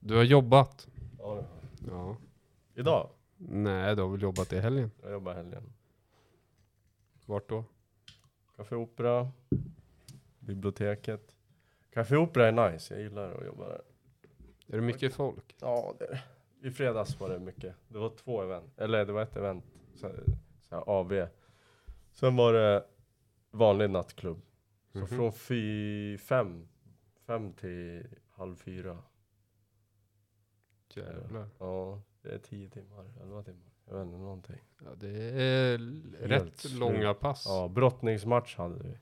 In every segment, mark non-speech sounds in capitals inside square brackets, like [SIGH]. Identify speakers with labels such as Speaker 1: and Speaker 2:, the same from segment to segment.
Speaker 1: Du har jobbat.
Speaker 2: Ja.
Speaker 1: Ja.
Speaker 2: Idag?
Speaker 1: Nej, du har väl jobbat i helgen?
Speaker 2: Jag jobbar helgen.
Speaker 1: Vart då?
Speaker 2: Café Opera, biblioteket. Café Opera är nice, jag gillar att jobba där.
Speaker 1: Är det mycket folk?
Speaker 2: Ja, det är det. I fredags var det mycket. Det var två event, eller det var ett event, så här, så här AV. Sen var det vanlig nattklubb. Så
Speaker 1: Mhm.
Speaker 2: från fy, fem, fem till halv fyra.
Speaker 1: Jävlar.
Speaker 2: Ja, det är tio timmar, elva timmar. Jag vet inte, någonting.
Speaker 1: Ja, det är l-
Speaker 2: Helt
Speaker 1: rätt
Speaker 2: slut.
Speaker 1: långa pass. Ja.
Speaker 2: Ja, brottningsmatch hade vi.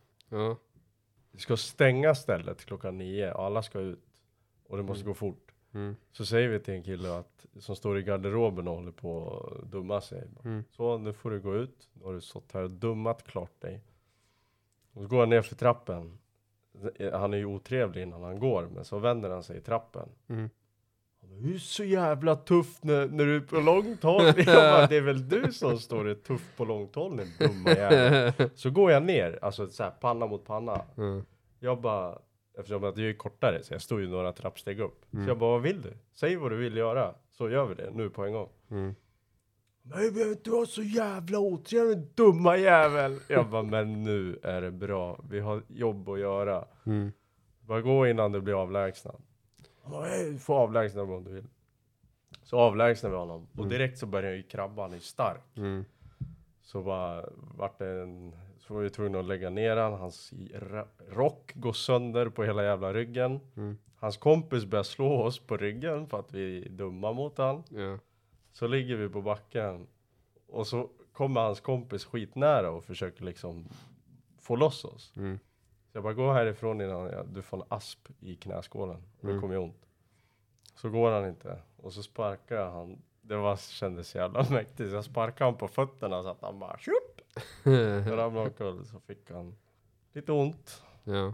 Speaker 2: Vi ska stänga stället klockan nio, alla ska ut. Och det måste
Speaker 1: Mm.
Speaker 2: gå fort.
Speaker 1: Mm.
Speaker 2: Så säger vi till en kille att, som står i garderoben och håller på och dumma sig.
Speaker 1: [LAUGHS] Mm.
Speaker 2: Så nu får du gå ut. Nu har du stått här och dummat klart dig. Och så går han ner för trappen. Han är ju otrevlig innan han går, men så vänder han sig i trappen.
Speaker 1: Mm.
Speaker 2: Han bara, Du är så jävla tuff när, när du är på långt håll. Jag bara, det är väl du som står i tuff på långt håll din
Speaker 1: [LAUGHS]
Speaker 2: dumma jävel. Så går jag ner, alltså så här panna mot panna.
Speaker 1: Mm.
Speaker 2: Jag bara, eftersom att jag är kortare så jag stod ju några trappsteg upp.
Speaker 1: Mm.
Speaker 2: Så jag bara, vad vill du? Säg vad du vill göra, så gör vi det nu på en gång.
Speaker 1: Mm.
Speaker 2: Nej men du var så jävla otrevlig dumma jävel. Jag bara, men nu är det bra. Vi har jobb att göra.
Speaker 1: Mm.
Speaker 2: Bara gå innan du blir avlägsnad. Han bara, "Nej, Du får avlägsna mig om du vill. Så avlägsnar vi honom. Och
Speaker 1: Mm.
Speaker 2: direkt så börjar ju krabba, han är stark.
Speaker 1: Mm.
Speaker 2: Så bara vart det en... Så var vi tvungna att lägga ner han. Hans i- ra- rock går sönder på hela jävla ryggen.
Speaker 1: Mm.
Speaker 2: Hans kompis börjar slå oss på ryggen för att vi är dumma mot han.
Speaker 1: Ja.
Speaker 2: Så ligger vi på backen. Och så kommer hans kompis skitnära och försöker liksom få loss oss.
Speaker 1: Mm.
Speaker 2: Så jag bara, gå härifrån innan jag, du får en asp i knäskålen. Och det
Speaker 1: Mm.
Speaker 2: kommer ju ont. Så går han inte. Och så sparkar han. Det var, kändes jävla [LAUGHS] mäktigt. Så jag sparkade han på fötterna så att han bara tjup! Så ramlade omkull. Så fick han lite ont.
Speaker 1: [LAUGHS] ja.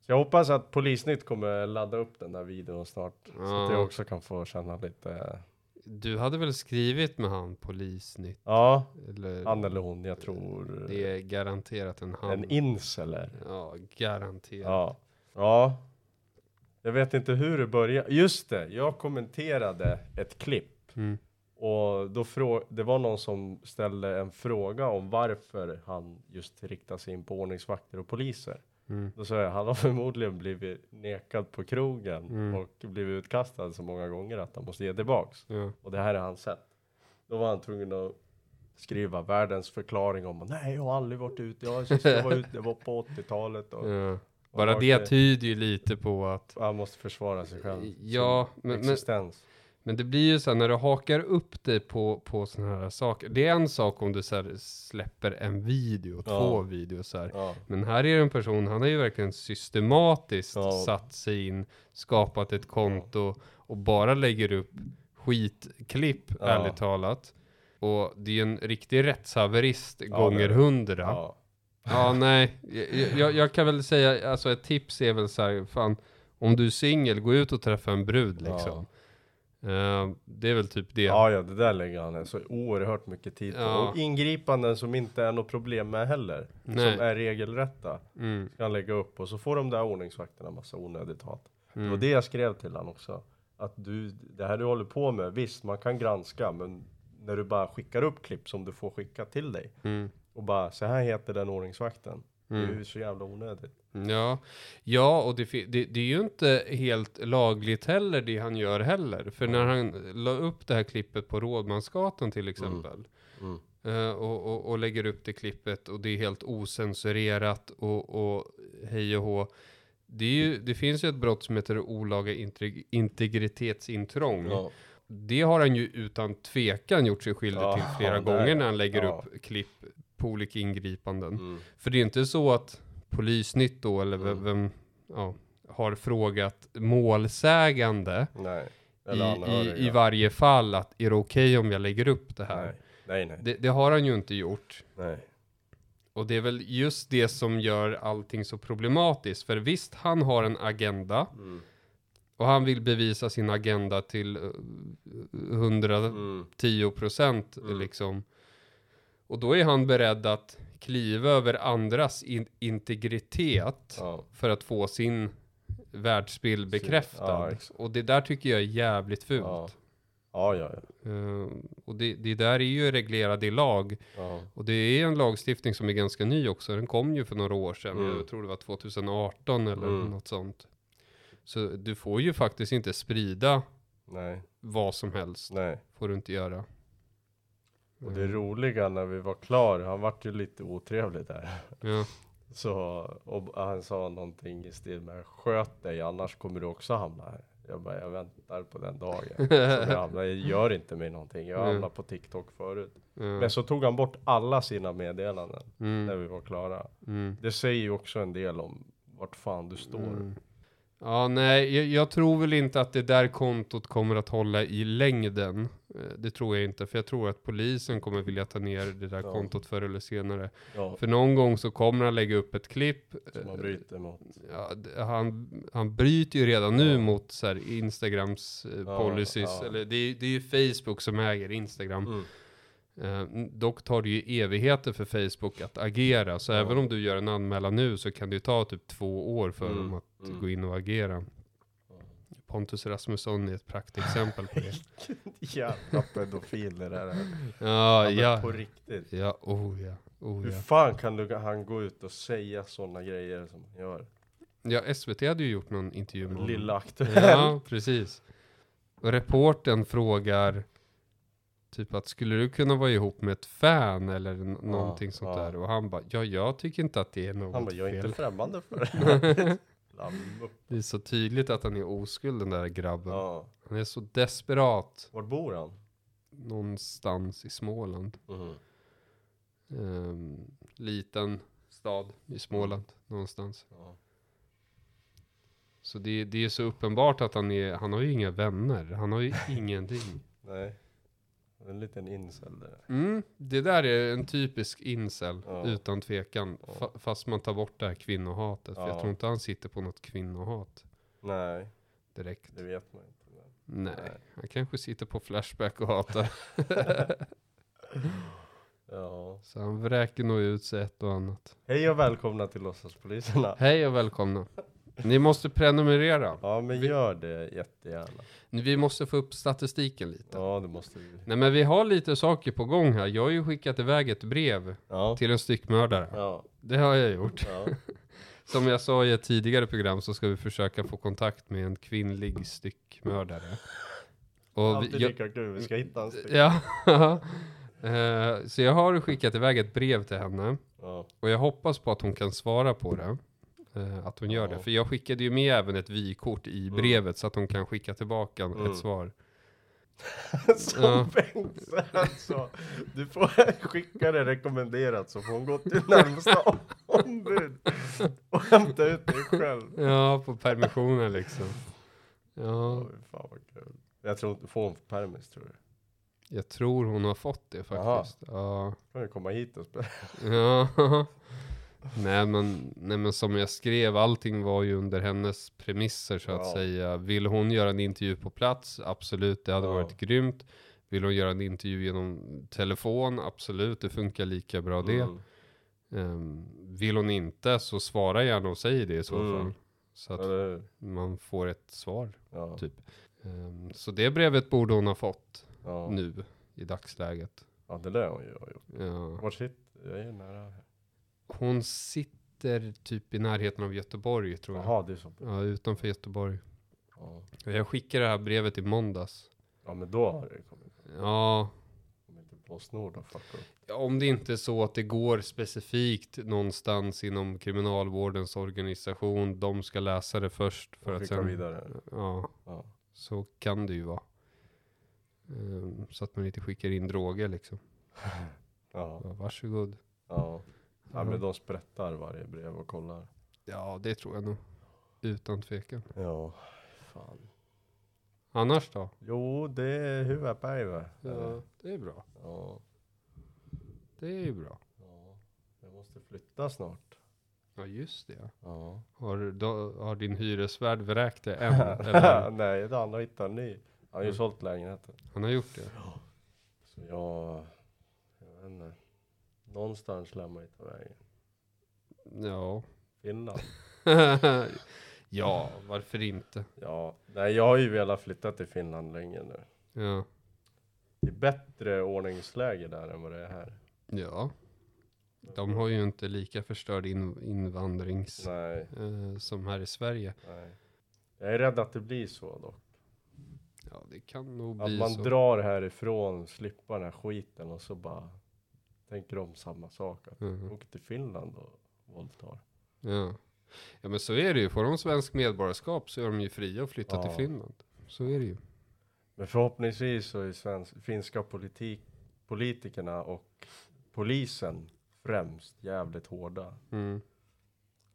Speaker 2: Så jag hoppas att Polisnytt kommer ladda upp den där videon snart. Så att jag
Speaker 1: Ja.
Speaker 2: också kan få känna lite.
Speaker 1: Du hade väl skrivit med han polisnytt?
Speaker 2: Ja,
Speaker 1: Eller?
Speaker 2: han eller hon, jag tror.
Speaker 1: Det är garanterat en han.
Speaker 2: En ins eller?
Speaker 1: ja, garanterat.
Speaker 2: Ja. ja. Jag vet inte hur det började. Just det, jag kommenterade ett klipp.
Speaker 1: Mm.
Speaker 2: Och då frå- det var någon som ställde en fråga om varför han just riktar sig in på ordningsvakter och poliser.
Speaker 1: Mm.
Speaker 2: Då sa jag, han har förmodligen blivit nekad på krogen
Speaker 1: Mm.
Speaker 2: och blivit utkastad så många gånger att han måste ge tillbaks.
Speaker 1: Ja.
Speaker 2: Och det här är hans sätt. Då var han tvungen att skriva världens förklaring om, nej jag har aldrig varit ute, jag, sist jag var ute, det var på 80-talet. Och,
Speaker 1: Ja.
Speaker 2: och
Speaker 1: Mm. Bara
Speaker 2: vart
Speaker 1: det tyder ju lite på att
Speaker 2: Han måste försvara sig själv.
Speaker 1: Ja,
Speaker 2: Sin
Speaker 1: men, men,
Speaker 2: existens.
Speaker 1: men det blir ju så här när du hakar upp dig på, på sådana här saker. Det är en sak om du så här släpper en video,
Speaker 2: Ja.
Speaker 1: två videos så här.
Speaker 2: Ja.
Speaker 1: Men här är det en person, han har ju verkligen systematiskt
Speaker 2: Ja.
Speaker 1: satt sig in, skapat ett konto och bara lägger upp skitklipp,
Speaker 2: Ja.
Speaker 1: ärligt talat. Och det är ju en riktig rättshaverist
Speaker 2: det
Speaker 1: gånger
Speaker 2: är det.
Speaker 1: hundra. Ja.
Speaker 2: Ja.
Speaker 1: nej, jag, jag, jag kan väl säga, alltså ett tips är väl så här, fan, om du är singel, gå ut och träffa en brud
Speaker 2: Ja.
Speaker 1: liksom. Eh, det är väl typ det.
Speaker 2: Ja, ja, det där lägger han så oerhört mycket tid på.
Speaker 1: Ja.
Speaker 2: Och ingripanden som inte är något problem med heller.
Speaker 1: Nej.
Speaker 2: Som är regelrätta.
Speaker 1: Mm,
Speaker 2: Ska han lägga upp och så får de där ordningsvakterna massa onödigt hat. Det var
Speaker 1: mm,
Speaker 2: det jag skrev till han också. Att du, det här du håller på med, visst man kan granska men när du bara skickar upp klipp som du får skicka till dig
Speaker 1: mm,
Speaker 2: och bara så här heter den ordningsvakten. Det är
Speaker 1: mm.
Speaker 2: ju så jävla onödigt.
Speaker 1: Ja, ja och det, fi- det, det är ju inte helt lagligt heller det han gör heller. För när han la upp det här klippet på Rådmansgatan till exempel. eh, Och, och, och lägger upp det klippet och det är helt osensurerat och, och hej och hå. Det, är ju, det finns ju ett brott som heter olaga integ- integritetsintrång.
Speaker 2: Ja.
Speaker 1: Det har han ju utan tvekan gjort sig skyldig
Speaker 2: Ja,
Speaker 1: till flera
Speaker 2: där,
Speaker 1: gånger när han lägger
Speaker 2: ja.
Speaker 1: upp klipp på olika ingripanden.
Speaker 2: Mm.
Speaker 1: För det är inte så att Polisnytt då, eller vem,
Speaker 2: Mm.
Speaker 1: vem ja, har frågat målsägande
Speaker 2: Nej.
Speaker 1: i,
Speaker 2: Eller anhöriga.
Speaker 1: i, i varje fall att är det okej om jag lägger upp det här?
Speaker 2: Nej, nej, nej.
Speaker 1: Det, det har han ju inte gjort.
Speaker 2: nej.
Speaker 1: Och det är väl just det som gör allting så problematiskt. För visst, han har en agenda
Speaker 2: Mm.
Speaker 1: och han vill bevisa sin agenda till eh, 100
Speaker 2: Mm.
Speaker 1: 10 procent
Speaker 2: Mm.
Speaker 1: liksom. Och då är han beredd att kliva över andras in- integritet
Speaker 2: Ja.
Speaker 1: för att få sin världsbild bekräftad.
Speaker 2: Ja, exakt.
Speaker 1: och det där tycker jag är jävligt fult.
Speaker 2: Ja. Ja, ja, ja.
Speaker 1: Eh, och det, det där är ju reglerat i lag.
Speaker 2: ja.
Speaker 1: Och det är en lagstiftning som är ganska ny också. Den kom ju för några år sedan.
Speaker 2: Mm.
Speaker 1: Jag tror det var 2018 eller
Speaker 2: Mm.
Speaker 1: något sånt. Så du får ju faktiskt inte sprida
Speaker 2: Nej,
Speaker 1: vad som helst.
Speaker 2: nej.
Speaker 1: Får du inte göra.
Speaker 2: Och
Speaker 1: Mm.
Speaker 2: det roliga när vi var klar, han vart ju lite otrevlig där.
Speaker 1: Ja.
Speaker 2: Så och han sa någonting i stil med sköt dig annars kommer du också hamna här. Jag bara, jag väntar på den dagen. som jag hamnar. Jag gör inte mig någonting. Jag
Speaker 1: Mm.
Speaker 2: hamnade på TikTok förut.
Speaker 1: Ja.
Speaker 2: Men så tog han bort alla sina meddelanden när
Speaker 1: Mm.
Speaker 2: vi var klara.
Speaker 1: Mm.
Speaker 2: Det säger ju också en del om vart fan du står.
Speaker 1: Mm. Ja, nej, jag, jag tror väl inte att det där kontot kommer att hålla i längden. Eh, Det tror jag inte, för jag tror att polisen kommer vilja ta ner det där
Speaker 2: Ja.
Speaker 1: kontot förr eller senare.
Speaker 2: Ja,
Speaker 1: För någon gång så kommer han lägga upp ett klipp.
Speaker 2: som man
Speaker 1: eh,
Speaker 2: bryter mot.
Speaker 1: ja, d- han, han bryter ju redan nu
Speaker 2: Ja.
Speaker 1: mot så här, Instagrams eh,
Speaker 2: Ja,
Speaker 1: policies.
Speaker 2: ja.
Speaker 1: Eller, det, är, det är ju Facebook som äger Instagram.
Speaker 2: Mm. [LAUGHS]
Speaker 1: Eh, n- dock tar det ju evigheter för Facebook att agera. Så
Speaker 2: Ja.
Speaker 1: även om du gör en anmälan nu så kan det ju ta typ två år för
Speaker 2: Mm,
Speaker 1: dem att
Speaker 2: mm.
Speaker 1: gå in och agera. Pontus Rasmusson är ett praktexempel på
Speaker 2: [LAUGHS]
Speaker 1: det.
Speaker 2: Jävla pedofil det där är. Ja,
Speaker 1: Ja,
Speaker 2: men På
Speaker 1: ja.
Speaker 2: riktigt.
Speaker 1: Ja, oh ja. Oh,
Speaker 2: Hur
Speaker 1: ja.
Speaker 2: fan kan du, han gå ut och säga sådana grejer som han gör?
Speaker 1: ja, SVT hade ju gjort någon intervju med honom.
Speaker 2: Lilla Aktuell.
Speaker 1: Ja, precis. Och reportern frågar typ att skulle du kunna vara ihop med ett fan eller n- någonting sånt
Speaker 2: ja.
Speaker 1: där? Och han bara, ja jag tycker inte att det är något
Speaker 2: Han bara, jag är
Speaker 1: fel.
Speaker 2: [LAUGHS] inte främmande
Speaker 1: [LAUGHS]
Speaker 2: för det här. Jävla mupp.
Speaker 1: Det är så tydligt att han är oskuld den där grabben.
Speaker 2: ja.
Speaker 1: Han är så desperat
Speaker 2: Var bor han?
Speaker 1: någonstans i Småland.
Speaker 2: Mhm.
Speaker 1: Ehm, liten stad i Småland någonstans.
Speaker 2: Ja.
Speaker 1: Så det, det är så uppenbart att han är, han har ju inga vänner, han
Speaker 2: [LAUGHS]
Speaker 1: har ju ingenting.
Speaker 2: Nej. En liten incel där.
Speaker 1: Mm, det där är en typisk incel,
Speaker 2: Ja.
Speaker 1: utan tvekan. Fa- fast man tar bort det här kvinnohatet. För jag
Speaker 2: Ja.
Speaker 1: tror inte han sitter på något kvinnohat
Speaker 2: Nej,
Speaker 1: direkt.
Speaker 2: det vet man inte. Men.
Speaker 1: Nej,
Speaker 2: Nej.
Speaker 1: han kanske sitter på Flashback och hatar. [LAUGHS]
Speaker 2: Ja.
Speaker 1: Så han vräker nog ut sig ett och annat.
Speaker 2: Hej och välkomna till Låtsaspoliserna.
Speaker 1: Hej och välkomna. Ni måste prenumerera.
Speaker 2: Ja, men
Speaker 1: Vi-
Speaker 2: gör det jättegärna.
Speaker 1: Vi måste få upp statistiken lite.
Speaker 2: Ja, det måste vi.
Speaker 1: Nej men vi har lite saker på gång här. Jag har ju skickat iväg ett brev
Speaker 2: Ja.
Speaker 1: till en styckmördare.
Speaker 2: Ja.
Speaker 1: Det har jag gjort.
Speaker 2: ja.
Speaker 1: Som jag sa i ett tidigare program så ska vi försöka få kontakt med en kvinnlig styckmördare. Och
Speaker 2: Alltid
Speaker 1: vi, jag,
Speaker 2: lika kul, vi ska hitta en styck.
Speaker 1: [LAUGHS] ja, Eh, så jag har skickat iväg ett brev till henne.
Speaker 2: Ja.
Speaker 1: Och jag hoppas på att hon kan svara på det. Eh, att hon gör
Speaker 2: Ja.
Speaker 1: det. För jag skickade ju med även ett vykort i brevet så att hon kan skicka tillbaka
Speaker 2: Mm.
Speaker 1: ett svar.
Speaker 2: [LAUGHS] Som
Speaker 1: Ja.
Speaker 2: Bengt sa, du får [LAUGHS] skicka det rekommenderat så får hon gå till närmsta [LAUGHS] ombud och hämta ut dig själv.
Speaker 1: Ja, på permissionen liksom. Ja,
Speaker 2: Oj, fan vad kul. Jag tror inte, får hon permis tror du?
Speaker 1: jag tror hon har fått det faktiskt. Ja.
Speaker 2: Kan ju komma hit och spela.
Speaker 1: ja. Nej men, nej men som jag skrev, allting var ju under hennes premisser så att
Speaker 2: Ja.
Speaker 1: säga. Vill hon göra en intervju på plats? Absolut, det hade
Speaker 2: Ja.
Speaker 1: varit grymt. Vill hon göra en intervju genom telefon? Absolut, det funkar lika bra det.
Speaker 2: Mm.
Speaker 1: Ehm, vill hon inte så svara gärna och säg det i så
Speaker 2: Mm.
Speaker 1: fall. Så att
Speaker 2: Eller hur?
Speaker 1: man får ett svar.
Speaker 2: Ja.
Speaker 1: Typ. Ehm, så det brevet borde hon ha fått
Speaker 2: Ja.
Speaker 1: nu i dagsläget.
Speaker 2: ja, det lär hon ju ha gjort.
Speaker 1: Ja.
Speaker 2: Var sitter, jag är ju nära här.
Speaker 1: Hon sitter typ i närheten av Göteborg tror jag.
Speaker 2: Jaha, det är så.
Speaker 1: Ja, utanför Göteborg.
Speaker 2: Ja.
Speaker 1: Jag skickade det här brevet i måndags.
Speaker 2: ja, men då har det kommit.
Speaker 1: Ja,
Speaker 2: Om inte Postnord har fuckat upp.
Speaker 1: om det inte är så att det går specifikt någonstans inom kriminalvårdens organisation. De ska läsa det först för att
Speaker 2: Skicka
Speaker 1: sen...
Speaker 2: vidare.
Speaker 1: Ja,
Speaker 2: Ja.
Speaker 1: så kan det ju vara. Ehm, så att man inte skickar in droger liksom.
Speaker 2: Ja.
Speaker 1: Ja, varsågod.
Speaker 2: Ja. ja,
Speaker 1: Ja.
Speaker 2: men de sprättar varje brev och kollar.
Speaker 1: Ja, det tror jag nog. Utan tvekan.
Speaker 2: Ja, fan.
Speaker 1: Annars då?
Speaker 2: Jo, det är huvudpäivä.
Speaker 1: Ja, det är bra.
Speaker 2: Ja.
Speaker 1: Det är ju bra.
Speaker 2: ja. Jag måste flytta snart.
Speaker 1: Ja, just det.
Speaker 2: Ja.
Speaker 1: Har, då, har din hyresvärd vräkt dig än? Eller?
Speaker 2: [LAUGHS] Nej, han har hittat en ny. Han har ju
Speaker 1: Mm.
Speaker 2: sålt lägenheten.
Speaker 1: Han har gjort det?
Speaker 2: Så jag, jag vet inte. Någonstans lär man hitta vägen.
Speaker 1: Ja.
Speaker 2: Finland.
Speaker 1: [LAUGHS] Ja, varför inte?
Speaker 2: Ja, nej jag har ju velat flytta till Finland länge nu.
Speaker 1: Ja.
Speaker 2: Det är bättre ordningsläge där än vad det är här.
Speaker 1: ja. De har ju inte lika förstörd in, invandrings
Speaker 2: Nej,
Speaker 1: eh, som här i Sverige.
Speaker 2: nej. Jag är rädd att det blir så dock.
Speaker 1: Ja, det kan nog
Speaker 2: Att
Speaker 1: bli
Speaker 2: man
Speaker 1: så.
Speaker 2: drar härifrån, slipper den här skiten och så bara tänker de samma sak. Att
Speaker 1: Mhm.
Speaker 2: åka till Finland och våldtar.
Speaker 1: Ja. ja, men så är det ju. Får de svensk medborgarskap så är de ju fria att flytta till
Speaker 2: Ja.
Speaker 1: Finland. Så är det ju.
Speaker 2: Men förhoppningsvis så är svensk, finska politik, politikerna och polisen främst jävligt hårda.
Speaker 1: Mm.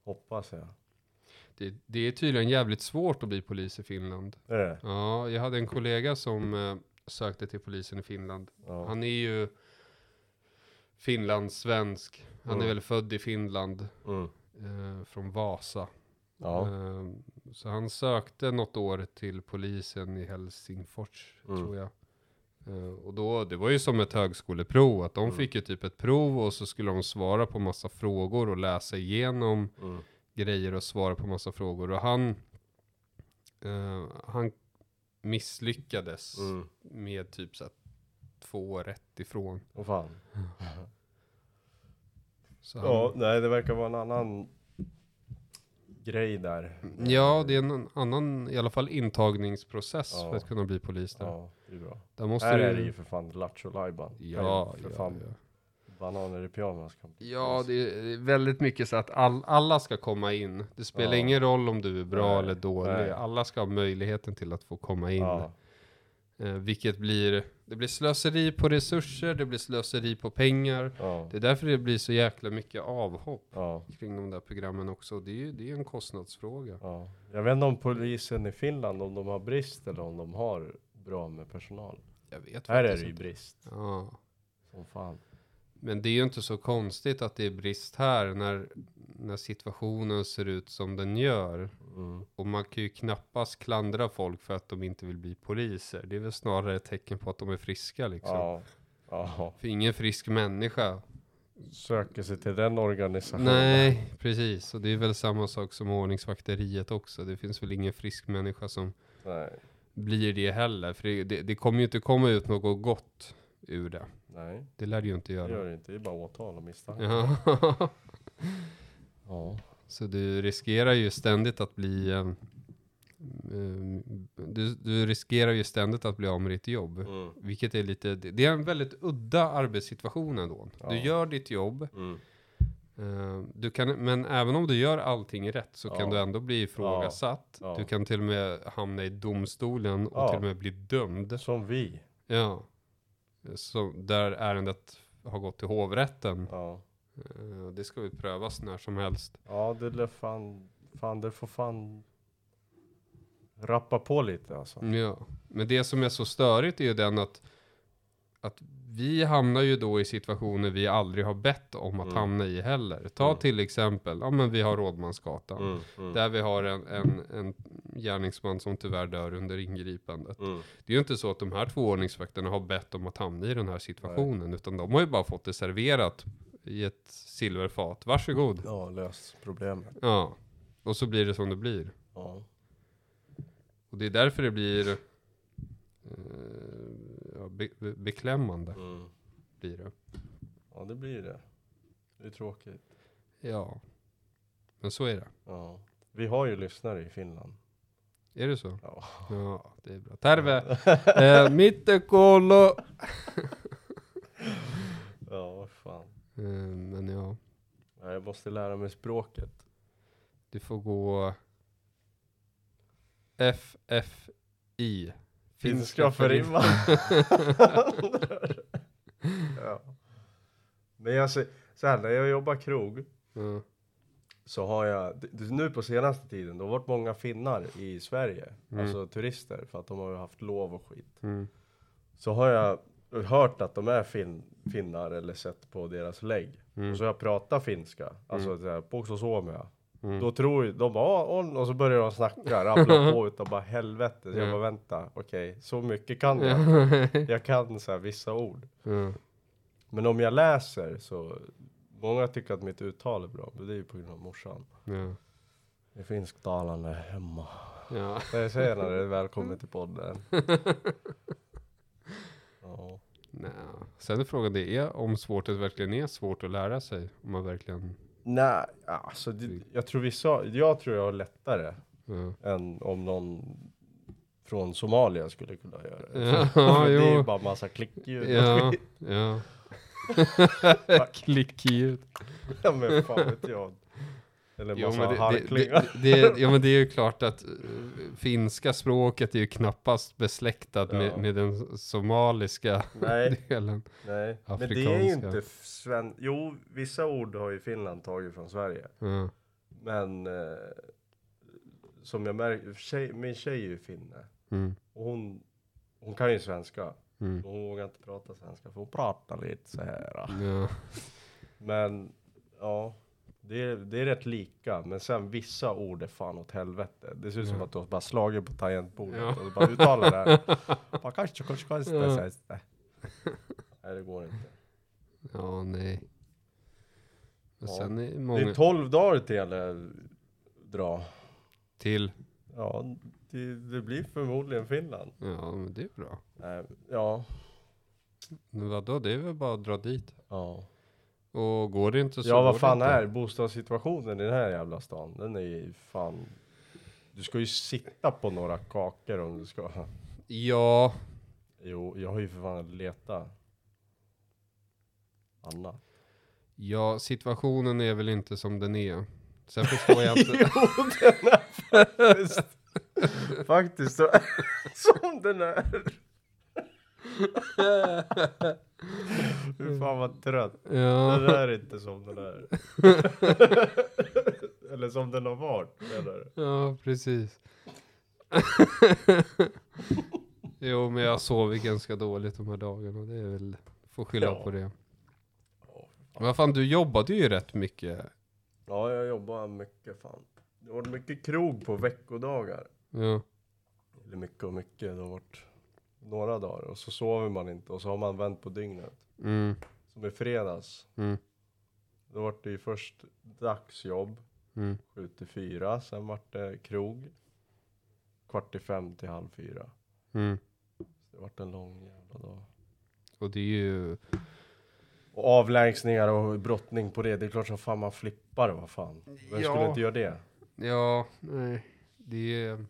Speaker 2: Hoppas jag.
Speaker 1: Det, det är tydligen jävligt svårt att bli polis i Finland.
Speaker 2: Är det?
Speaker 1: Ja, jag hade en kollega som eh, sökte till polisen i Finland.
Speaker 2: Ja.
Speaker 1: Han är ju finlandssvensk. Han är
Speaker 2: Mm.
Speaker 1: väl född i Finland,
Speaker 2: Mm.
Speaker 1: eh, från Vasa.
Speaker 2: Ja.
Speaker 1: Eh, så han sökte något år till polisen i Helsingfors,
Speaker 2: Mm.
Speaker 1: tror jag. Eh, och då, det var ju som ett högskoleprov, att de
Speaker 2: Mm.
Speaker 1: fick ju typ ett prov och så skulle de svara på massa frågor och läsa igenom
Speaker 2: Mm.
Speaker 1: grejer och svara på massa frågor. Och han, eh, han misslyckades
Speaker 2: Mm.
Speaker 1: med typ så här två rätt ifrån.
Speaker 2: Och fan.
Speaker 1: Så
Speaker 2: Ja,
Speaker 1: han,
Speaker 2: nej det verkar vara en annan grej där.
Speaker 1: ja, det är en annan, i alla fall intagningsprocess
Speaker 2: Ja.
Speaker 1: för att kunna bli polis där.
Speaker 2: Ja, det är bra.
Speaker 1: Där måste
Speaker 2: Här
Speaker 1: du...
Speaker 2: är det ju för fan lattjo lajban.
Speaker 1: Ja,
Speaker 2: För
Speaker 1: ja,
Speaker 2: fan
Speaker 1: ja.
Speaker 2: bananer i pyjamas. kan-
Speaker 1: ja, det är väldigt mycket så att all, alla ska komma in. Det spelar
Speaker 2: Ja.
Speaker 1: ingen roll om du är bra
Speaker 2: Nej,
Speaker 1: eller dålig.
Speaker 2: nej.
Speaker 1: Alla ska ha möjligheten till att få komma in.
Speaker 2: Ja,
Speaker 1: Eh, vilket blir, det blir slöseri på resurser, det blir slöseri på pengar.
Speaker 2: ja,
Speaker 1: Det är därför det blir så jäkla mycket avhopp
Speaker 2: ja.
Speaker 1: kring de där programmen också. Det är ju det är ju en kostnadsfråga.
Speaker 2: Ja. Jag vet inte om polisen i Finland, om de har brist eller om de har bra med personal.
Speaker 1: Jag vet
Speaker 2: Här är
Speaker 1: faktiskt
Speaker 2: det ju
Speaker 1: inte.
Speaker 2: brist.
Speaker 1: Ja.
Speaker 2: Som fan.
Speaker 1: Men det är ju inte så konstigt att det är brist här när, när situationen ser ut som den gör.
Speaker 2: Mm.
Speaker 1: Och man kan ju knappast klandra folk för att de inte vill bli poliser. Det är väl snarare ett tecken på att de är friska liksom.
Speaker 2: Ja. ja.
Speaker 1: För ingen frisk människa.
Speaker 2: Söker sig till den organisationen.
Speaker 1: Nej, precis. Och det är väl samma sak som ordningsvakteriet också. Det finns väl ingen frisk människa som
Speaker 2: Nej.
Speaker 1: blir det heller. För det, det, det kommer ju inte komma ut något gott ur det.
Speaker 2: Nej,
Speaker 1: Det lär det ju inte
Speaker 2: det gör
Speaker 1: göra.
Speaker 2: det inte. Det är bara åtal och misstanke.
Speaker 1: Ja. [LAUGHS]
Speaker 2: Ja.
Speaker 1: Så du riskerar ju ständigt att bli... eh, eh, Du, du riskerar ju ständigt att bli av med ditt jobb.
Speaker 2: Mm.
Speaker 1: Vilket är lite... det- Det är en väldigt udda arbetssituation ändå. Du
Speaker 2: Ja.
Speaker 1: gör ditt jobb.
Speaker 2: Mm.
Speaker 1: eh, Du kan, men även om du gör allting rätt så kan
Speaker 2: Ja.
Speaker 1: du ändå bli ifrågasatt.
Speaker 2: Ja. Ja.
Speaker 1: Du kan till och med hamna i domstolen och
Speaker 2: Ja.
Speaker 1: till och med bli dömd.
Speaker 2: Som vi.
Speaker 1: Ja. Så där ärendet har gått till hovrätten.
Speaker 2: Ja.
Speaker 1: Eh, Det ska väl prövas när som helst.
Speaker 2: Ja, det lär fan, fan, det får fan rappa på lite alltså.
Speaker 1: Ja, men det som är så störigt är ju den att, att vi hamnar ju då i situationer vi aldrig har bett om att
Speaker 2: Mm.
Speaker 1: hamna i heller. Ta
Speaker 2: Mm.
Speaker 1: till exempel, ja men vi har Rådmansgatan.
Speaker 2: Mm, mm,
Speaker 1: Där vi har en, en, en gärningsman som tyvärr dör under ingripandet.
Speaker 2: mm.
Speaker 1: Det är ju inte så att de här två ordningsvakterna har bett om att hamna i den här situationen, utan de har ju bara fått det serverat i ett silverfat. Varsågod.
Speaker 2: Ja, lös problemet.
Speaker 1: Ja, och så blir det som det blir.
Speaker 2: Ja.
Speaker 1: Och det är därför det blir eh, ja, be, be, beklämmande.
Speaker 2: Mm.
Speaker 1: Blir det.
Speaker 2: Ja, det blir det. Det är tråkigt.
Speaker 1: Ja. Men så är det.
Speaker 2: Ja. Vi har ju lyssnare i Finland.
Speaker 1: Är det så?
Speaker 2: Ja.
Speaker 1: Ja, det är bra. Terve! eh, Mittekollo!
Speaker 2: Ja, vad fan.
Speaker 1: Eh, men ja,
Speaker 2: Nej, Jag måste lära mig språket.
Speaker 1: du får gå FFI.
Speaker 2: Finska för
Speaker 1: in-
Speaker 2: [LAUGHS] invandrare. ja. Men jag ser, så här, när jag jobbar krog
Speaker 1: Ja.
Speaker 2: så har jag, d- d- nu på senaste tiden, det har varit många finnar i Sverige.
Speaker 1: Mm.
Speaker 2: Alltså turister, för att de har ju haft lov och skit.
Speaker 1: Mm.
Speaker 2: Så har jag hört att de är fin, finnar eller sett på deras lägg.
Speaker 1: Mm.
Speaker 2: Och så har jag pratat finska, alltså mm. såhär, suomea.
Speaker 1: Mm.
Speaker 2: Då tror ju de bara, "Ah, on", och så börjar de
Speaker 1: [LAUGHS]
Speaker 2: snacka, rabbla på utan bara helvete. Så jag
Speaker 1: Ja.
Speaker 2: bara vänta, okej, så mycket kan jag.
Speaker 1: Mm. [LAUGHS]
Speaker 2: Jag kan så här, vissa ord.
Speaker 1: Ja.
Speaker 2: Men om jag läser så, många tycker att mitt uttal är bra, men det är ju på grund av morsan.
Speaker 1: Ja.
Speaker 2: Det finsktalande hemma.
Speaker 1: Ja.
Speaker 2: Det är Eh,
Speaker 1: [LAUGHS]
Speaker 2: senare, välkommen till podden. Ja.
Speaker 1: Nja. Sen är frågan det är om svårt det verkligen är svårt att lära sig. Om man verkligen...
Speaker 2: Nej, alltså det, jag tror vissa, jag tror jag har lättare
Speaker 1: Ja,
Speaker 2: än om någon från Somalia skulle kunna göra det.
Speaker 1: Ja,
Speaker 2: För det är
Speaker 1: jo.
Speaker 2: ju bara massa klickljud.
Speaker 1: ja. ja. Klickljud.
Speaker 2: Ja, men fan vet jag. Eller
Speaker 1: Jo
Speaker 2: massa
Speaker 1: men det, det,
Speaker 2: harklingar.
Speaker 1: det, det, ja, men det är ju klart att eh, finska språket är ju knappast besläktat
Speaker 2: Ja.
Speaker 1: med, med den somaliska
Speaker 2: Nej,
Speaker 1: delen.
Speaker 2: nej. Men det är ju
Speaker 1: Afrikanska.
Speaker 2: inte sven... Jo, vissa ord har ju Finland tagit från Sverige.
Speaker 1: Ja.
Speaker 2: Men eh, som jag märker, tjej, min tjej är ju finne.
Speaker 1: Mm.
Speaker 2: Och hon, hon kan ju svenska.
Speaker 1: Mm.
Speaker 2: Men hon vågar inte prata svenska för hon pratar lite så här.
Speaker 1: Ja.
Speaker 2: Men ja, det är, det är rätt lika. Men sen vissa ord är fan åt helvete. Det ser ut som
Speaker 1: Ja.
Speaker 2: att du har bara slagit på tangentbordet
Speaker 1: Ja.
Speaker 2: och du bara uttalar det.
Speaker 1: [LAUGHS]
Speaker 2: här. Bara, "Kanske, kanske, kanske",
Speaker 1: Ja.
Speaker 2: sägs det. Nej, det går inte.
Speaker 1: ja, nej. Men
Speaker 2: Ja.
Speaker 1: sen är det
Speaker 2: Det är
Speaker 1: många
Speaker 2: 12 dagar till eller dra.
Speaker 1: till.
Speaker 2: Ja, det, det blir förmodligen Finland.
Speaker 1: Ja, men det är bra.
Speaker 2: Nej, ja,
Speaker 1: Men vadå, det är väl bara att dra dit.
Speaker 2: ja.
Speaker 1: Och går det inte så
Speaker 2: Ja,
Speaker 1: går
Speaker 2: vad fan
Speaker 1: det inte.
Speaker 2: är bostadssituationen i den här jävla stan? Den är ju fan... Du ska ju sitta på några kakor om du ska...
Speaker 1: Ja,
Speaker 2: Jo, jag har ju för fan letat. Anna. [LAUGHS]
Speaker 1: ja, situationen är väl inte som den är. Sen förstår jag
Speaker 2: [LAUGHS]
Speaker 1: inte.
Speaker 2: den är faktiskt... faktiskt så, [LAUGHS] som den är. Fy fan vad trött.
Speaker 1: ja.
Speaker 2: Den är inte som den är. [LAUGHS] Eller som den har varit. Eller?
Speaker 1: Ja, precis. [LAUGHS] jo, men jag har sovit ganska dåligt de här dagarna. Det är väl, får skylla
Speaker 2: Ja.
Speaker 1: på det. Men vad fan, du jobbade ju rätt mycket.
Speaker 2: Ja, jag jobbar mycket fan. Det har varit mycket krog på veckodagar.
Speaker 1: Ja,
Speaker 2: Eller mycket och mycket. Det har varit några dagar. Och så sover man inte. Och så har man vänt på dygnet.
Speaker 1: mm,
Speaker 2: Som i fredags.
Speaker 1: mm,
Speaker 2: Då var det ju först dagsjobb.
Speaker 1: mm,
Speaker 2: 7 till 4. Sen var det krog. Kvart till fem till halv fyra.
Speaker 1: mm.
Speaker 2: Det vart en lång jävla dag.
Speaker 1: Och det är ju,
Speaker 2: Och avlägsningar och brottning på det. Det är klart som fan man flippar vad fan. Vem
Speaker 1: Ja.
Speaker 2: skulle inte göra det?
Speaker 1: ja, nej, det är,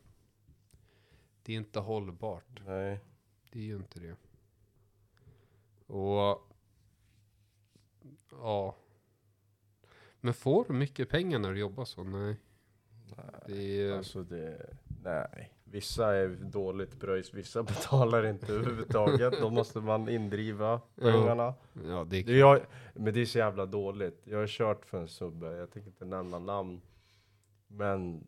Speaker 1: det är inte hållbart.
Speaker 2: Nej.
Speaker 1: Det är ju inte det. Och, ja. Men får du mycket pengar när du jobbar så? Nej. Det är,
Speaker 2: Alltså det, nej. Vissa är dåligt pröjs, vissa [LAUGHS] betalar inte överhuvudtaget. Då måste man indriva pengarna.
Speaker 1: ja, det är,
Speaker 2: Det är jag, men det är så jävla dåligt. Jag har kört för en subbe, jag tänker inte nämna namn. Men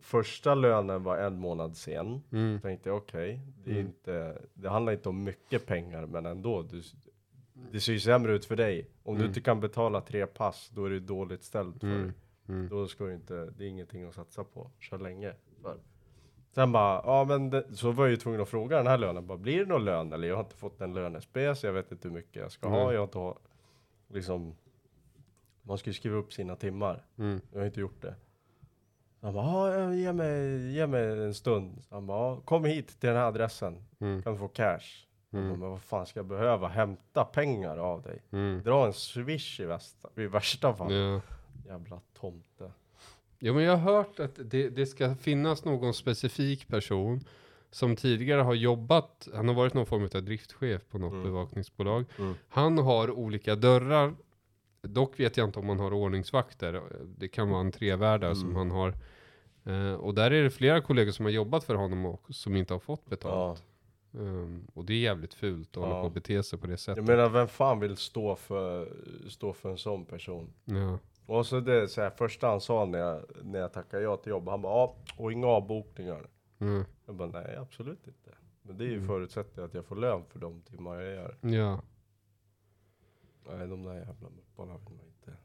Speaker 2: första lönen var en månad sen.
Speaker 1: mm,
Speaker 2: Då tänkte jag okej, det, är
Speaker 1: Mm.
Speaker 2: inte, det handlar inte om mycket pengar, men ändå. Du, det ser ju sämre ut för dig. Om du
Speaker 1: Mm.
Speaker 2: inte kan betala tre pass, då är det dåligt ställt för dig.
Speaker 1: mm, mm,
Speaker 2: Då ska du inte, det är ingenting att satsa på så länge. För. Sen bara, ja men det, så var jag ju tvungen att fråga den här lönen, bara blir det någon lön? Eller jag har inte fått en lönespec, jag vet inte hur mycket jag ska ha,
Speaker 1: Mm.
Speaker 2: jag har inte ha, liksom, man ska ju skriva upp sina timmar.
Speaker 1: mm,
Speaker 2: Jag har inte gjort det. Så Han bara, ja, ge mig, ge mig en stund. Så Han bara, ja, kom hit till den här adressen,
Speaker 1: mm,
Speaker 2: kan du få cash. Jag bara,
Speaker 1: Mm.
Speaker 2: Men vad fan ska jag behöva hämta pengar av dig?
Speaker 1: mm.
Speaker 2: Dra en swish i, västa, i värsta fall.
Speaker 1: Ja.
Speaker 2: Jävla tomte.
Speaker 1: Jo, men jag har hört att det, det ska finnas någon specifik person som tidigare har jobbat, han har varit någon form av driftchef på något
Speaker 2: Mm.
Speaker 1: bevakningsbolag.
Speaker 2: Mm.
Speaker 1: Han har olika dörrar, dock vet jag inte om han har ordningsvakter, det kan vara entrévärdar som
Speaker 2: Mm.
Speaker 1: han har. Eh, och där är det flera kollegor som har jobbat för honom och som inte har fått betalt.
Speaker 2: Ja.
Speaker 1: Ehm, och det är jävligt fult att hålla
Speaker 2: Ja.
Speaker 1: på och bete sig på det sättet.
Speaker 2: Jag menar, vem fan vill stå för, stå för en sån person?
Speaker 1: Ja.
Speaker 2: Och så det är så här, första han sa när jag, när jag tackade ja till jobb, han bara ja, och inga avbokningar.
Speaker 1: Mm.
Speaker 2: Jag bara nej, absolut inte. Men det är ju
Speaker 1: Mm.
Speaker 2: förutsättningen att jag får lön för de timmar jag gör.
Speaker 1: ja.
Speaker 2: Nej, de där jävla mupparna vill man inte.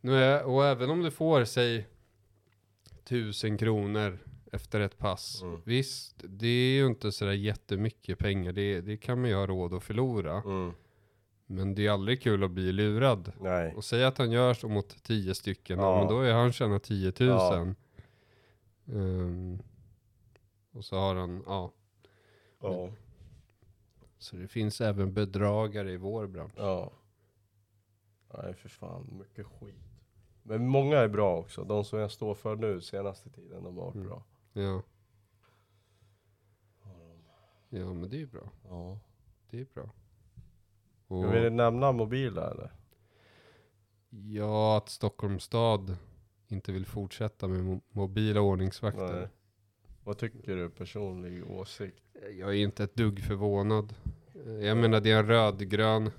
Speaker 1: Nu är, och även om du får, säg, tusen kronor efter ett pass.
Speaker 2: Mm.
Speaker 1: Visst, Mm. det är ju inte sådär jättemycket pengar. Det, det kan man ju ha råd att förlora. Men det är aldrig kul att bli lurad.
Speaker 2: Nej.
Speaker 1: Och säg att han gör så mot tio stycken, ja.
Speaker 2: Ja.
Speaker 1: men då är han tjänar 10 000.
Speaker 2: Ja.
Speaker 1: Ehm, och så har han, ja.
Speaker 2: Ja.
Speaker 1: Så det finns även bedragare i vår bransch.
Speaker 2: Ja. Nej för fan, mycket skit. Men många är bra också. De som jag står för nu senaste tiden, de har varit
Speaker 1: Mm.
Speaker 2: bra.
Speaker 1: Ja. Ja, men det är ju bra.
Speaker 2: Ja.
Speaker 1: Det är bra.
Speaker 2: Ska
Speaker 1: Och,
Speaker 2: vi nämna mobila eller?
Speaker 1: ja, att Stockholms stad inte vill fortsätta med mo- mobila ordningsvakter.
Speaker 2: Nej. Vad tycker du personlig åsikt?
Speaker 1: Jag är inte ett dugg förvånad. Eh, Jag menar det är en rödgrön,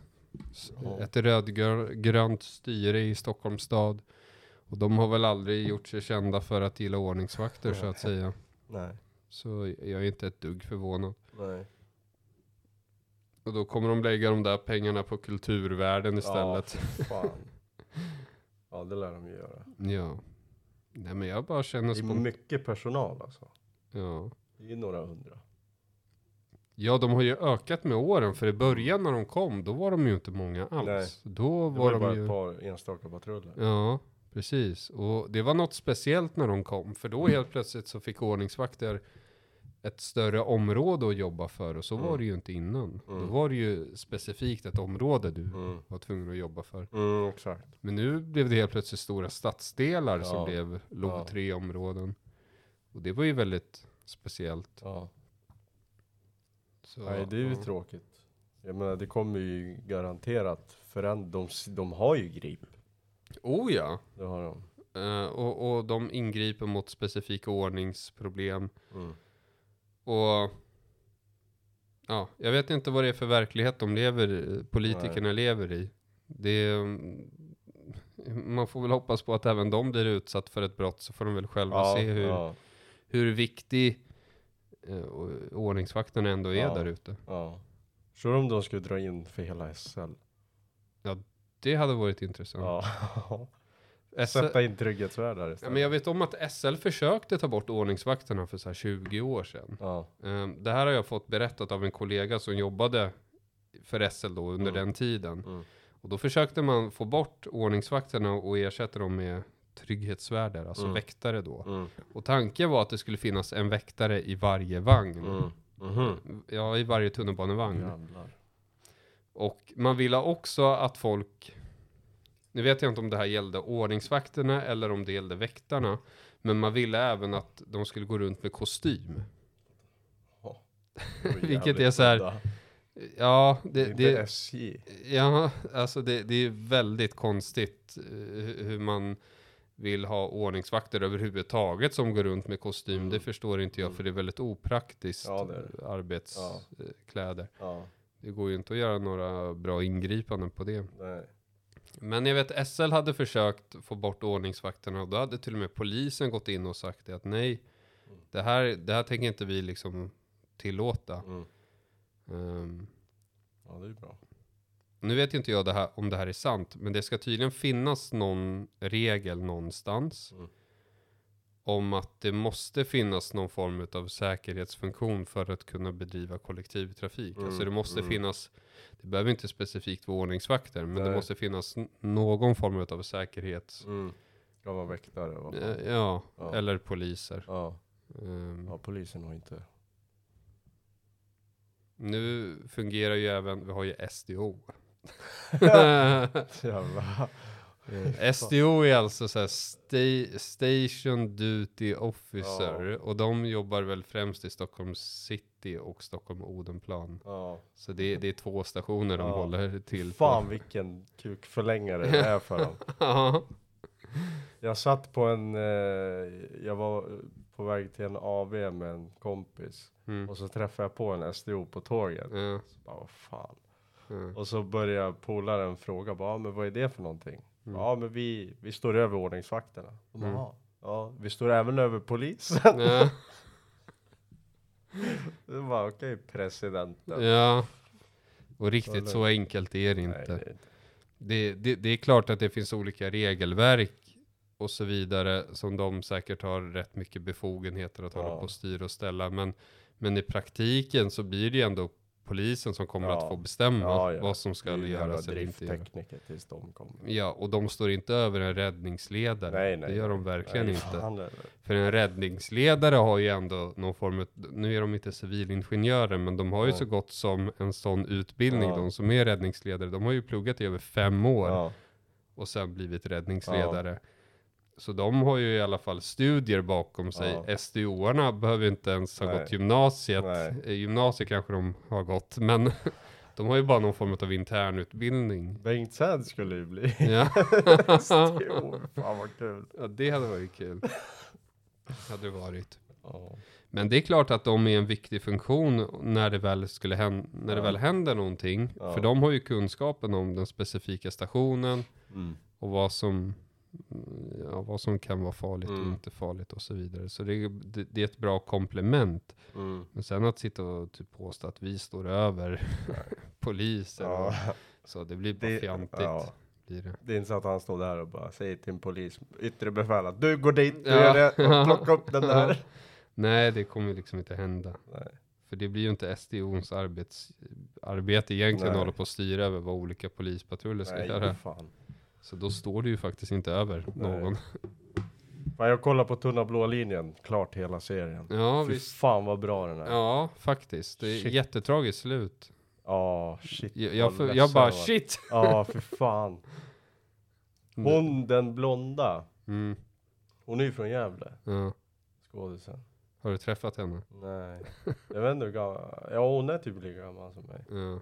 Speaker 1: s-
Speaker 2: Ja.
Speaker 1: ett rödgrönt styre i Stockholms stad. Och de har väl aldrig gjort sig kända för att gilla ordningsvakter så att säga.
Speaker 2: Nej.
Speaker 1: Så jag är inte ett dugg förvånad.
Speaker 2: Nej.
Speaker 1: Och då kommer de lägga de där pengarna på kulturvärden istället.
Speaker 2: Ja, för fan. [LAUGHS] ja det lär de ju göra.
Speaker 1: Ja. Nej men jag bara känner
Speaker 2: Det är
Speaker 1: spontant.
Speaker 2: mycket personal alltså.
Speaker 1: Ja.
Speaker 2: Det är några hundra.
Speaker 1: ja, de har ju ökat med åren. För i början när de kom, då var de ju inte många alls.
Speaker 2: Nej.
Speaker 1: Då
Speaker 2: Det
Speaker 1: var,
Speaker 2: var ju
Speaker 1: de
Speaker 2: bara
Speaker 1: ju...
Speaker 2: ett par enstaka patruller.
Speaker 1: Ja, precis. Och det var något speciellt när de kom, för då helt plötsligt så fick ordningsvakter ett större område att jobba för, och så var
Speaker 2: Mm.
Speaker 1: det ju inte innan. Då
Speaker 2: Mm.
Speaker 1: var det ju specifikt ett område du
Speaker 2: Mm.
Speaker 1: var tvungen att jobba för.
Speaker 2: Mm, exakt.
Speaker 1: Men nu blev det helt plötsligt stora stadsdelar som
Speaker 2: Ja.
Speaker 1: blev LOV
Speaker 2: Ja.
Speaker 1: 3-områden. Och det var ju väldigt speciellt.
Speaker 2: Ja.
Speaker 1: Så,
Speaker 2: Nej, det är ju
Speaker 1: ja.
Speaker 2: tråkigt. Jag menar, det kommer ju garanterat förändra. De, s- de har ju grip.
Speaker 1: Oh ja!
Speaker 2: Det har de.
Speaker 1: Eh, och, och de ingriper mot specifika ordningsproblem.
Speaker 2: Mm.
Speaker 1: Och ja, jag vet inte vad det är för verklighet de lever, politikerna lever i. Det är, mm, man får väl hoppas på att även de blir utsatt för ett brott så får de väl själva se hur,
Speaker 2: ja,
Speaker 1: hur viktig eh, o- ordningsvakten ändå är
Speaker 2: Ja.
Speaker 1: där ute.
Speaker 2: ja. Tror du om de skulle dra in för hela SL?
Speaker 1: Det hade varit intressant.
Speaker 2: Ja.
Speaker 1: SL,
Speaker 2: [LAUGHS] Sätta in trygghetsvärdar
Speaker 1: ja,
Speaker 2: istället.
Speaker 1: men jag vet om att SL försökte ta bort ordningsvakterna för så här 20 år sedan.
Speaker 2: Ja.
Speaker 1: Ehm, Det här har jag fått berättat av en kollega som jobbade för SL då under
Speaker 2: Mm.
Speaker 1: den tiden.
Speaker 2: Mm.
Speaker 1: Och då försökte man få bort ordningsvakterna och ersätta dem med trygghetsvärdar, alltså
Speaker 2: Mm.
Speaker 1: väktare då.
Speaker 2: Mm.
Speaker 1: Och tanken var att det skulle finnas en väktare i varje vagn.
Speaker 2: Mm. Mhm.
Speaker 1: Ja, i varje tunnelbanevagn. [LAUGHS]
Speaker 2: Jävlar.
Speaker 1: Och man ville också att folk, nu vet jag inte om det här gällde ordningsvakterna eller om det gällde väktarna, men man ville även att de skulle gå runt med kostym.
Speaker 2: Det var
Speaker 1: Vilket
Speaker 2: jävligt
Speaker 1: är så här-
Speaker 2: udda.
Speaker 1: Ja, det,
Speaker 2: Det är inte SJ.
Speaker 1: Ja, alltså det, det är väldigt konstigt eh, hu- hur man vill ha ordningsvakter överhuvudtaget som går runt med kostym.
Speaker 2: Mm.
Speaker 1: Det förstår inte jag,
Speaker 2: Mm.
Speaker 1: för det är väldigt opraktiskt
Speaker 2: Ja, det är det. Ja.
Speaker 1: arbetskläder.
Speaker 2: Ja.
Speaker 1: Det går ju inte att göra några bra ingripanden på det.
Speaker 2: Nej.
Speaker 1: Men jag vet, SL hade försökt få bort ordningsvakterna och då hade till och med polisen gått in och sagt det att nej,
Speaker 2: Mm.
Speaker 1: det här, det här tänker inte vi liksom tillåta.
Speaker 2: Mm.
Speaker 1: Ehm,
Speaker 2: Ja, det är bra.
Speaker 1: Nu vet ju inte jag det här, om det här är sant, men det ska tydligen finnas någon regel någonstans
Speaker 2: Mm.
Speaker 1: om att det måste finnas någon form av säkerhetsfunktion för att kunna bedriva kollektivtrafik.
Speaker 2: Mm,
Speaker 1: Alltså det måste
Speaker 2: mm.
Speaker 1: finnas, det behöver inte specifikt vara ordningsvakter, men det
Speaker 2: Nej.
Speaker 1: måste finnas n- någon form av säkerhet.
Speaker 2: Mm. Kan vara väktare. va?
Speaker 1: Eh, Ja,
Speaker 2: Ja.
Speaker 1: eller poliser.
Speaker 2: Ja.
Speaker 1: Ehm,
Speaker 2: ja, polisen har inte. [LAUGHS]
Speaker 1: Nu fungerar ju även, vi har ju
Speaker 2: [LAUGHS]
Speaker 1: [LAUGHS] SDO. [LAUGHS]
Speaker 2: Jävlar. Eh,
Speaker 1: SDO är alltså så här sta- Station Duty Officer och de jobbar väl främst i Stockholm city och Stockholm Odenplan.
Speaker 2: Ja.
Speaker 1: Så det, det är två stationer de
Speaker 2: Ja.
Speaker 1: håller till
Speaker 2: Fan
Speaker 1: på.
Speaker 2: vilken kukförlängare det är för dem.
Speaker 1: [LAUGHS] Ja.
Speaker 2: Jag satt på en, eh, jag var på väg till en AV med en kompis.
Speaker 1: Mm.
Speaker 2: Och så träffade jag på en SDO på tåget.
Speaker 1: Ja,
Speaker 2: Så bara, vad fan.
Speaker 1: ja.
Speaker 2: Och så började polaren fråga, bara, "Ja, men vad är det för någonting?
Speaker 1: Mm.
Speaker 2: Ja men vi, vi står över ordningsvakterna. Och bara,
Speaker 1: Mm.
Speaker 2: "Ja." Ja, vi står även över polisen. [LAUGHS]
Speaker 1: Ja.
Speaker 2: Det var okej presidenten. [LAUGHS]
Speaker 1: ja. Och riktigt så enkelt är det
Speaker 2: Nej, det
Speaker 1: inte.
Speaker 2: är inte.
Speaker 1: Det, det, det är klart att det finns olika regelverk och så vidare som de säkert har rätt mycket befogenheter att hålla
Speaker 2: Ja.
Speaker 1: på och styra och ställa. Men, men i praktiken så blir det ju ändå polisen som kommer
Speaker 2: Ja.
Speaker 1: att få bestämma
Speaker 2: Ja, ja.
Speaker 1: vad som ska
Speaker 2: Det är ju
Speaker 1: göras eller
Speaker 2: jävla
Speaker 1: inte göras.
Speaker 2: drifttekniker tills de kommer.
Speaker 1: Ja, och de står inte över en räddningsledare.
Speaker 2: Nej, nej,
Speaker 1: det gör de verkligen
Speaker 2: Nej,
Speaker 1: inte.
Speaker 2: fan, det-
Speaker 1: För en räddningsledare har ju ändå någon form av, nu är de inte civilingenjörer, men de har ju
Speaker 2: Ja.
Speaker 1: så gott som en sån utbildning,
Speaker 2: Ja.
Speaker 1: de som är räddningsledare. De har ju pluggat i över fem år
Speaker 2: Ja,
Speaker 1: och sen blivit räddningsledare. Så de har ju i alla fall studier bakom sig.
Speaker 2: Ja.
Speaker 1: SDO-arna behöver inte ens ha
Speaker 2: Nej.
Speaker 1: gått gymnasiet.
Speaker 2: Nej.
Speaker 1: Eh, Gymnasiet kanske de har gått, men [LAUGHS] de har ju bara någon form av
Speaker 2: [LAUGHS]
Speaker 1: internutbildning.
Speaker 2: Bengt Säd
Speaker 1: [LAUGHS]
Speaker 2: skulle ju bli [LAUGHS]
Speaker 1: Ja.
Speaker 2: STO. Fan vad kul.
Speaker 1: ja, det hade varit kul. Hade det varit.
Speaker 2: Ja.
Speaker 1: Men det är klart att de är en viktig funktion när det väl, skulle hän- när det
Speaker 2: Ja.
Speaker 1: väl händer någonting.
Speaker 2: Ja.
Speaker 1: För de har ju kunskapen om den specifika stationen
Speaker 2: Mm.
Speaker 1: och vad som, ja, vad som kan vara farligt och
Speaker 2: Mm.
Speaker 1: inte farligt och så vidare. Så det, det, det är ett bra komplement.
Speaker 2: Mm.
Speaker 1: Men sen att sitta och typ påstå att vi står över [LAUGHS] polisen, och,
Speaker 2: Ja.
Speaker 1: så det blir bara
Speaker 2: Det,
Speaker 1: fjantigt.
Speaker 2: ja.
Speaker 1: Blir det.
Speaker 2: [LAUGHS] det är inte så att han står där och bara säger till en polis, yttre befäl att du går dit, du
Speaker 1: Ja.
Speaker 2: gör det,
Speaker 1: [LAUGHS]
Speaker 2: och plocka upp den där.
Speaker 1: Nej, det kommer ju liksom inte hända.
Speaker 2: Nej.
Speaker 1: För det blir ju inte SDOns arbets, arbete egentligen att
Speaker 2: Nej.
Speaker 1: hålla på och styra över vad olika polispatruller ska
Speaker 2: Nej,
Speaker 1: göra.
Speaker 2: fan.
Speaker 1: Så då står det ju faktiskt inte över någon. [LAUGHS]
Speaker 2: Men jag kollar på Tunna blå linjen, klart hela serien.
Speaker 1: Ja,
Speaker 2: Fy
Speaker 1: visst.
Speaker 2: fan vad bra den är. Ja,
Speaker 1: Ja, faktiskt. Det är
Speaker 2: Shit.
Speaker 1: jättetragiskt slut.
Speaker 2: shit.
Speaker 1: Jag,
Speaker 2: vad
Speaker 1: jag, för, jag
Speaker 2: ledsen
Speaker 1: bara
Speaker 2: jag var.
Speaker 1: shit!
Speaker 2: Ja, för
Speaker 1: [LAUGHS]
Speaker 2: fan. Hon den blonda,
Speaker 1: Mm,
Speaker 2: hon är ju från Gävle,
Speaker 1: ja.
Speaker 2: skådisen.
Speaker 1: Har du träffat henne?
Speaker 2: Nej, jag vet inte hur gammal, ja hon är typ lika gammal som mig.
Speaker 1: Ja.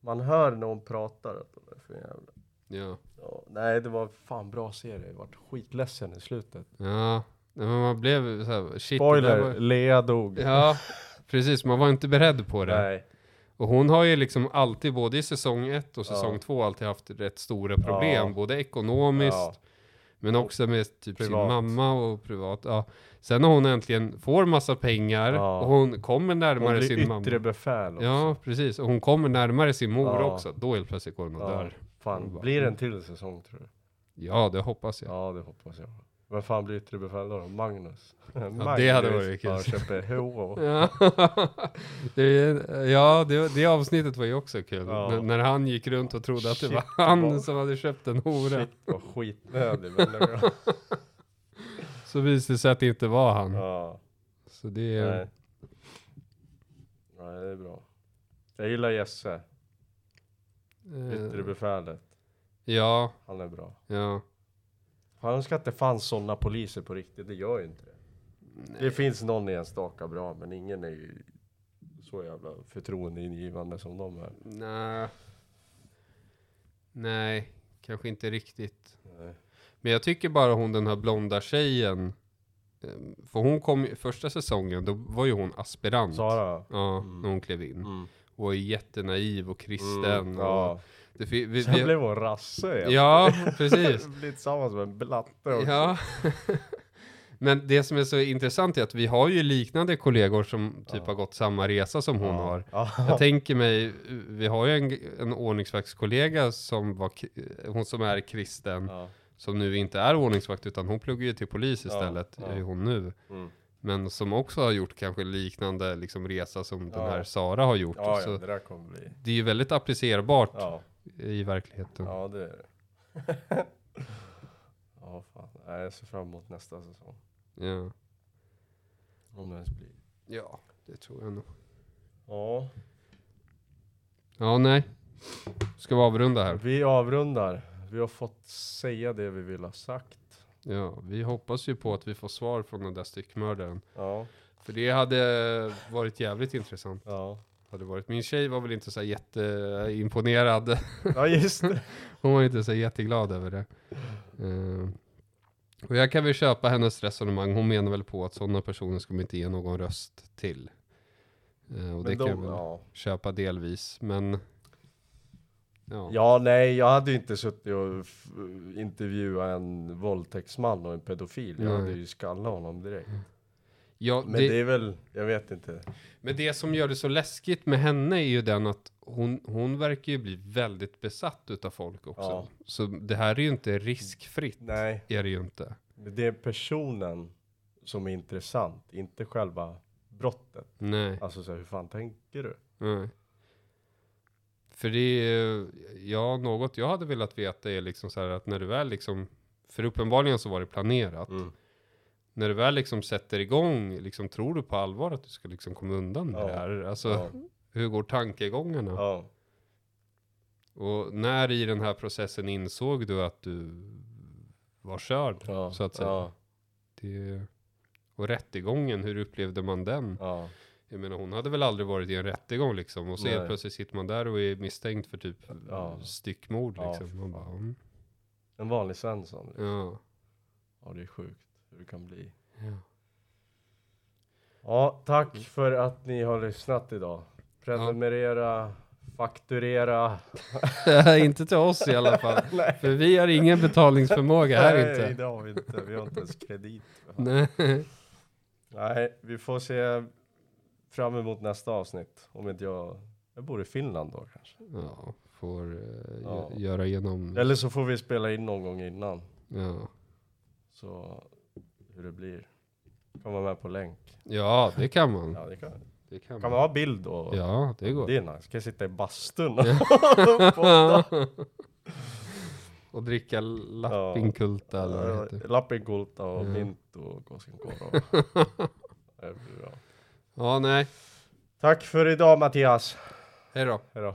Speaker 2: Man hör när hon pratar att hon är från Gävle.
Speaker 1: Ja.
Speaker 2: Ja, nej, det var fan bra serie, jag vart skitledsen i slutet.
Speaker 1: ja. Nej, men man blev så här, shit. det där
Speaker 2: Spoiler,
Speaker 1: Var,
Speaker 2: Lea dog.
Speaker 1: ja, precis. Man var inte beredd på det.
Speaker 2: nej.
Speaker 1: Och hon har ju liksom alltid, både i säsong ett och
Speaker 2: Ja.
Speaker 1: säsong två, alltid haft rätt stora problem.
Speaker 2: Ja.
Speaker 1: Både ekonomiskt,
Speaker 2: Ja,
Speaker 1: men också med typ
Speaker 2: Privat.
Speaker 1: sin mamma och privat. Ja. Sen när hon äntligen får massa pengar
Speaker 2: Ja.
Speaker 1: och hon kommer
Speaker 2: hon
Speaker 1: närmare
Speaker 2: blir
Speaker 1: sin mamma.
Speaker 2: yttre befäl också.
Speaker 1: Ja, precis. Och hon kommer närmare sin mor
Speaker 2: Ja.
Speaker 1: också. Då helt plötsligt går hon och
Speaker 2: Ja,
Speaker 1: dör. Hon
Speaker 2: fan,
Speaker 1: bara- "Mm."
Speaker 2: blir det en till säsong tror du?
Speaker 1: Ja, det hoppas jag.
Speaker 2: Ja, det hoppas jag. Vem fan blir yttre befäl då? Magnus?
Speaker 1: [LAUGHS] det hade varit kul. [LAUGHS]
Speaker 2: kul.
Speaker 1: Ja, det, ja det, det avsnittet var ju också kul.
Speaker 2: Ja.
Speaker 1: N- När han gick runt och trodde att det
Speaker 2: Shit,
Speaker 1: var han
Speaker 2: vad-
Speaker 1: som hade köpt en hora.
Speaker 2: Shit vad skitnödig människa.
Speaker 1: Så visade det sig att det inte var han.
Speaker 2: Ja,
Speaker 1: Så det är...
Speaker 2: nej. Nej, det är bra. Jag gillar Jesse, yttre
Speaker 1: Eh,
Speaker 2: befälet.
Speaker 1: ja,
Speaker 2: Han är bra.
Speaker 1: ja.
Speaker 2: Jag önskar att det fanns sådana poliser på riktigt, det gör ju inte det. Det finns någon enstaka bra, men ingen är ju så jävla förtroendeingivande som de är.
Speaker 1: Nej. Nej, kanske inte riktigt.
Speaker 2: Nej.
Speaker 1: Men jag tycker bara hon den här blonda tjejen. eh, För hon kom ju- första säsongen, då var ju hon aspirant.
Speaker 2: Sara?
Speaker 1: Ja,
Speaker 2: Mm.
Speaker 1: när hon klev in.
Speaker 2: Mm.
Speaker 1: Och var ju jättenaiv och kristen.
Speaker 2: Mm,
Speaker 1: och
Speaker 2: ja.
Speaker 1: det, fi- vi,
Speaker 2: Sen
Speaker 1: vi,
Speaker 2: blev hon rasse igen.
Speaker 1: ja,
Speaker 2: [LAUGHS]
Speaker 1: precis.
Speaker 2: Blev tillsammans med en blatte också.
Speaker 1: Ja. [LAUGHS] Men det som är så intressant är att vi har ju liknande kollegor som typ
Speaker 2: Ja.
Speaker 1: har gått samma resa som hon har.
Speaker 2: [LAUGHS] Ja.
Speaker 1: Jag tänker mig, vi har ju en, en ordningsvaktskollega som var, k- hon som är kristen,
Speaker 2: Ja.
Speaker 1: som nu inte är ordningsvakt utan hon pluggar ju till polis
Speaker 2: Ja,
Speaker 1: istället,
Speaker 2: ja.
Speaker 1: är ju hon nu.
Speaker 2: Mm.
Speaker 1: Men som också har gjort kanske liknande liksom, resa som den
Speaker 2: Ja.
Speaker 1: här Sara har gjort.
Speaker 2: Ja,
Speaker 1: så
Speaker 2: ja, det där kommer bli.
Speaker 1: Det är ju väldigt applicerbart
Speaker 2: Ja,
Speaker 1: i verkligheten.
Speaker 2: ja det är det. [LAUGHS] ja, fan. Nej, jag ser fram emot nästa säsong.
Speaker 1: Ja.
Speaker 2: Om det ens blir.
Speaker 1: ja, det tror jag nog.
Speaker 2: Ja,
Speaker 1: Ja, nej. Ska vi avrunda här?
Speaker 2: vi avrundar. Vi har fått säga det vi vill ha sagt.
Speaker 1: Ja, vi hoppas ju på att vi får svar från den där styckmördaren.
Speaker 2: Ja,
Speaker 1: För det hade varit jävligt intressant.
Speaker 2: ja.
Speaker 1: hade varit. Min tjej var väl inte så här jätteimponerad. [LAUGHS]
Speaker 2: ja just det.
Speaker 1: Hon var inte så jätteglad över det. Eh, och jag kan väl köpa hennes resonemang. Hon menar väl på att sådana personer ska man inte ge någon röst till. Eh, och det
Speaker 2: Men
Speaker 1: kan jag
Speaker 2: de,
Speaker 1: väl
Speaker 2: [LAUGHS] ja.
Speaker 1: köpa delvis. Men ja,
Speaker 2: ja, nej, jag hade ju inte suttit och f- intervjua en våldtäktsman och en pedofil. Jag
Speaker 1: Nej.
Speaker 2: hade ju skallat honom direkt.
Speaker 1: Ja,
Speaker 2: Men
Speaker 1: det,
Speaker 2: det är väl, jag vet inte.
Speaker 1: men det som gör det så läskigt med henne är ju den att hon, hon verkar ju bli väldigt besatt utav folk också.
Speaker 2: Ja.
Speaker 1: Så det här är ju inte riskfritt.
Speaker 2: Nej,
Speaker 1: Är det ju inte.
Speaker 2: det är personen som är intressant, inte själva brottet.
Speaker 1: Nej.
Speaker 2: Alltså så här, hur fan tänker du?
Speaker 1: Nej. För det är, ja, något jag hade velat veta är liksom så här att när du väl liksom, för uppenbarligen så var det planerat.
Speaker 2: Mm.
Speaker 1: När du väl liksom sätter igång, liksom tror du på allvar att du ska liksom komma undan med
Speaker 2: Ja.
Speaker 1: det här? Alltså,
Speaker 2: Ja.
Speaker 1: hur går tankegångarna?
Speaker 2: ja.
Speaker 1: Och när i den här processen insåg du att du var körd?
Speaker 2: Ja.
Speaker 1: Så att säga.
Speaker 2: Ja.
Speaker 1: Det, och rättegången, hur upplevde man den?
Speaker 2: ja.
Speaker 1: Jag menar hon hade väl aldrig varit i en rättegång liksom. Och så helt
Speaker 2: Nej.
Speaker 1: plötsligt sitter man där och är misstänkt för typ
Speaker 2: Ja.
Speaker 1: styckmord
Speaker 2: Ja,
Speaker 1: liksom. Man
Speaker 2: för
Speaker 1: bara, mm.
Speaker 2: En vanlig svensson.
Speaker 1: ja.
Speaker 2: Ja, det är sjukt hur det kan bli.
Speaker 1: Ja.
Speaker 2: Ja, tack för att ni har lyssnat idag. Prenumerera, fakturera.
Speaker 1: [LAUGHS] inte till oss i alla
Speaker 2: [LAUGHS]
Speaker 1: fall. för vi har ingen betalningsförmåga här
Speaker 2: Nej,
Speaker 1: inte.
Speaker 2: det har vi inte. Vi har inte ens kredit. för fan.
Speaker 1: [LAUGHS] Nej.
Speaker 2: Nej, vi får se fram emot nästa avsnitt. Om inte jag... Jag bor i Finland då kanske.
Speaker 1: Ja, får eh,
Speaker 2: Ja.
Speaker 1: gö- göra igenom.
Speaker 2: Eller så får vi spela in någon gång innan.
Speaker 1: Ja.
Speaker 2: Så hur det blir. Kan vara med på länk.
Speaker 1: ja, det kan man.
Speaker 2: Ja, det kan,
Speaker 1: Det kan
Speaker 2: kan man
Speaker 1: man.
Speaker 2: ha bild och...
Speaker 1: Mm. Ja, det går.
Speaker 2: Det är nice. Kan jag sitta i bastun? [LAUGHS]
Speaker 1: och dricka lappinkulta eller vad det heter.
Speaker 2: Lappinkulta och
Speaker 1: Ja.
Speaker 2: mint och Koskenkorva. [LAUGHS] Det blir bra.
Speaker 1: Ja, nej.
Speaker 2: Tack för idag Mattias.
Speaker 1: Hej då.
Speaker 2: Hejdå.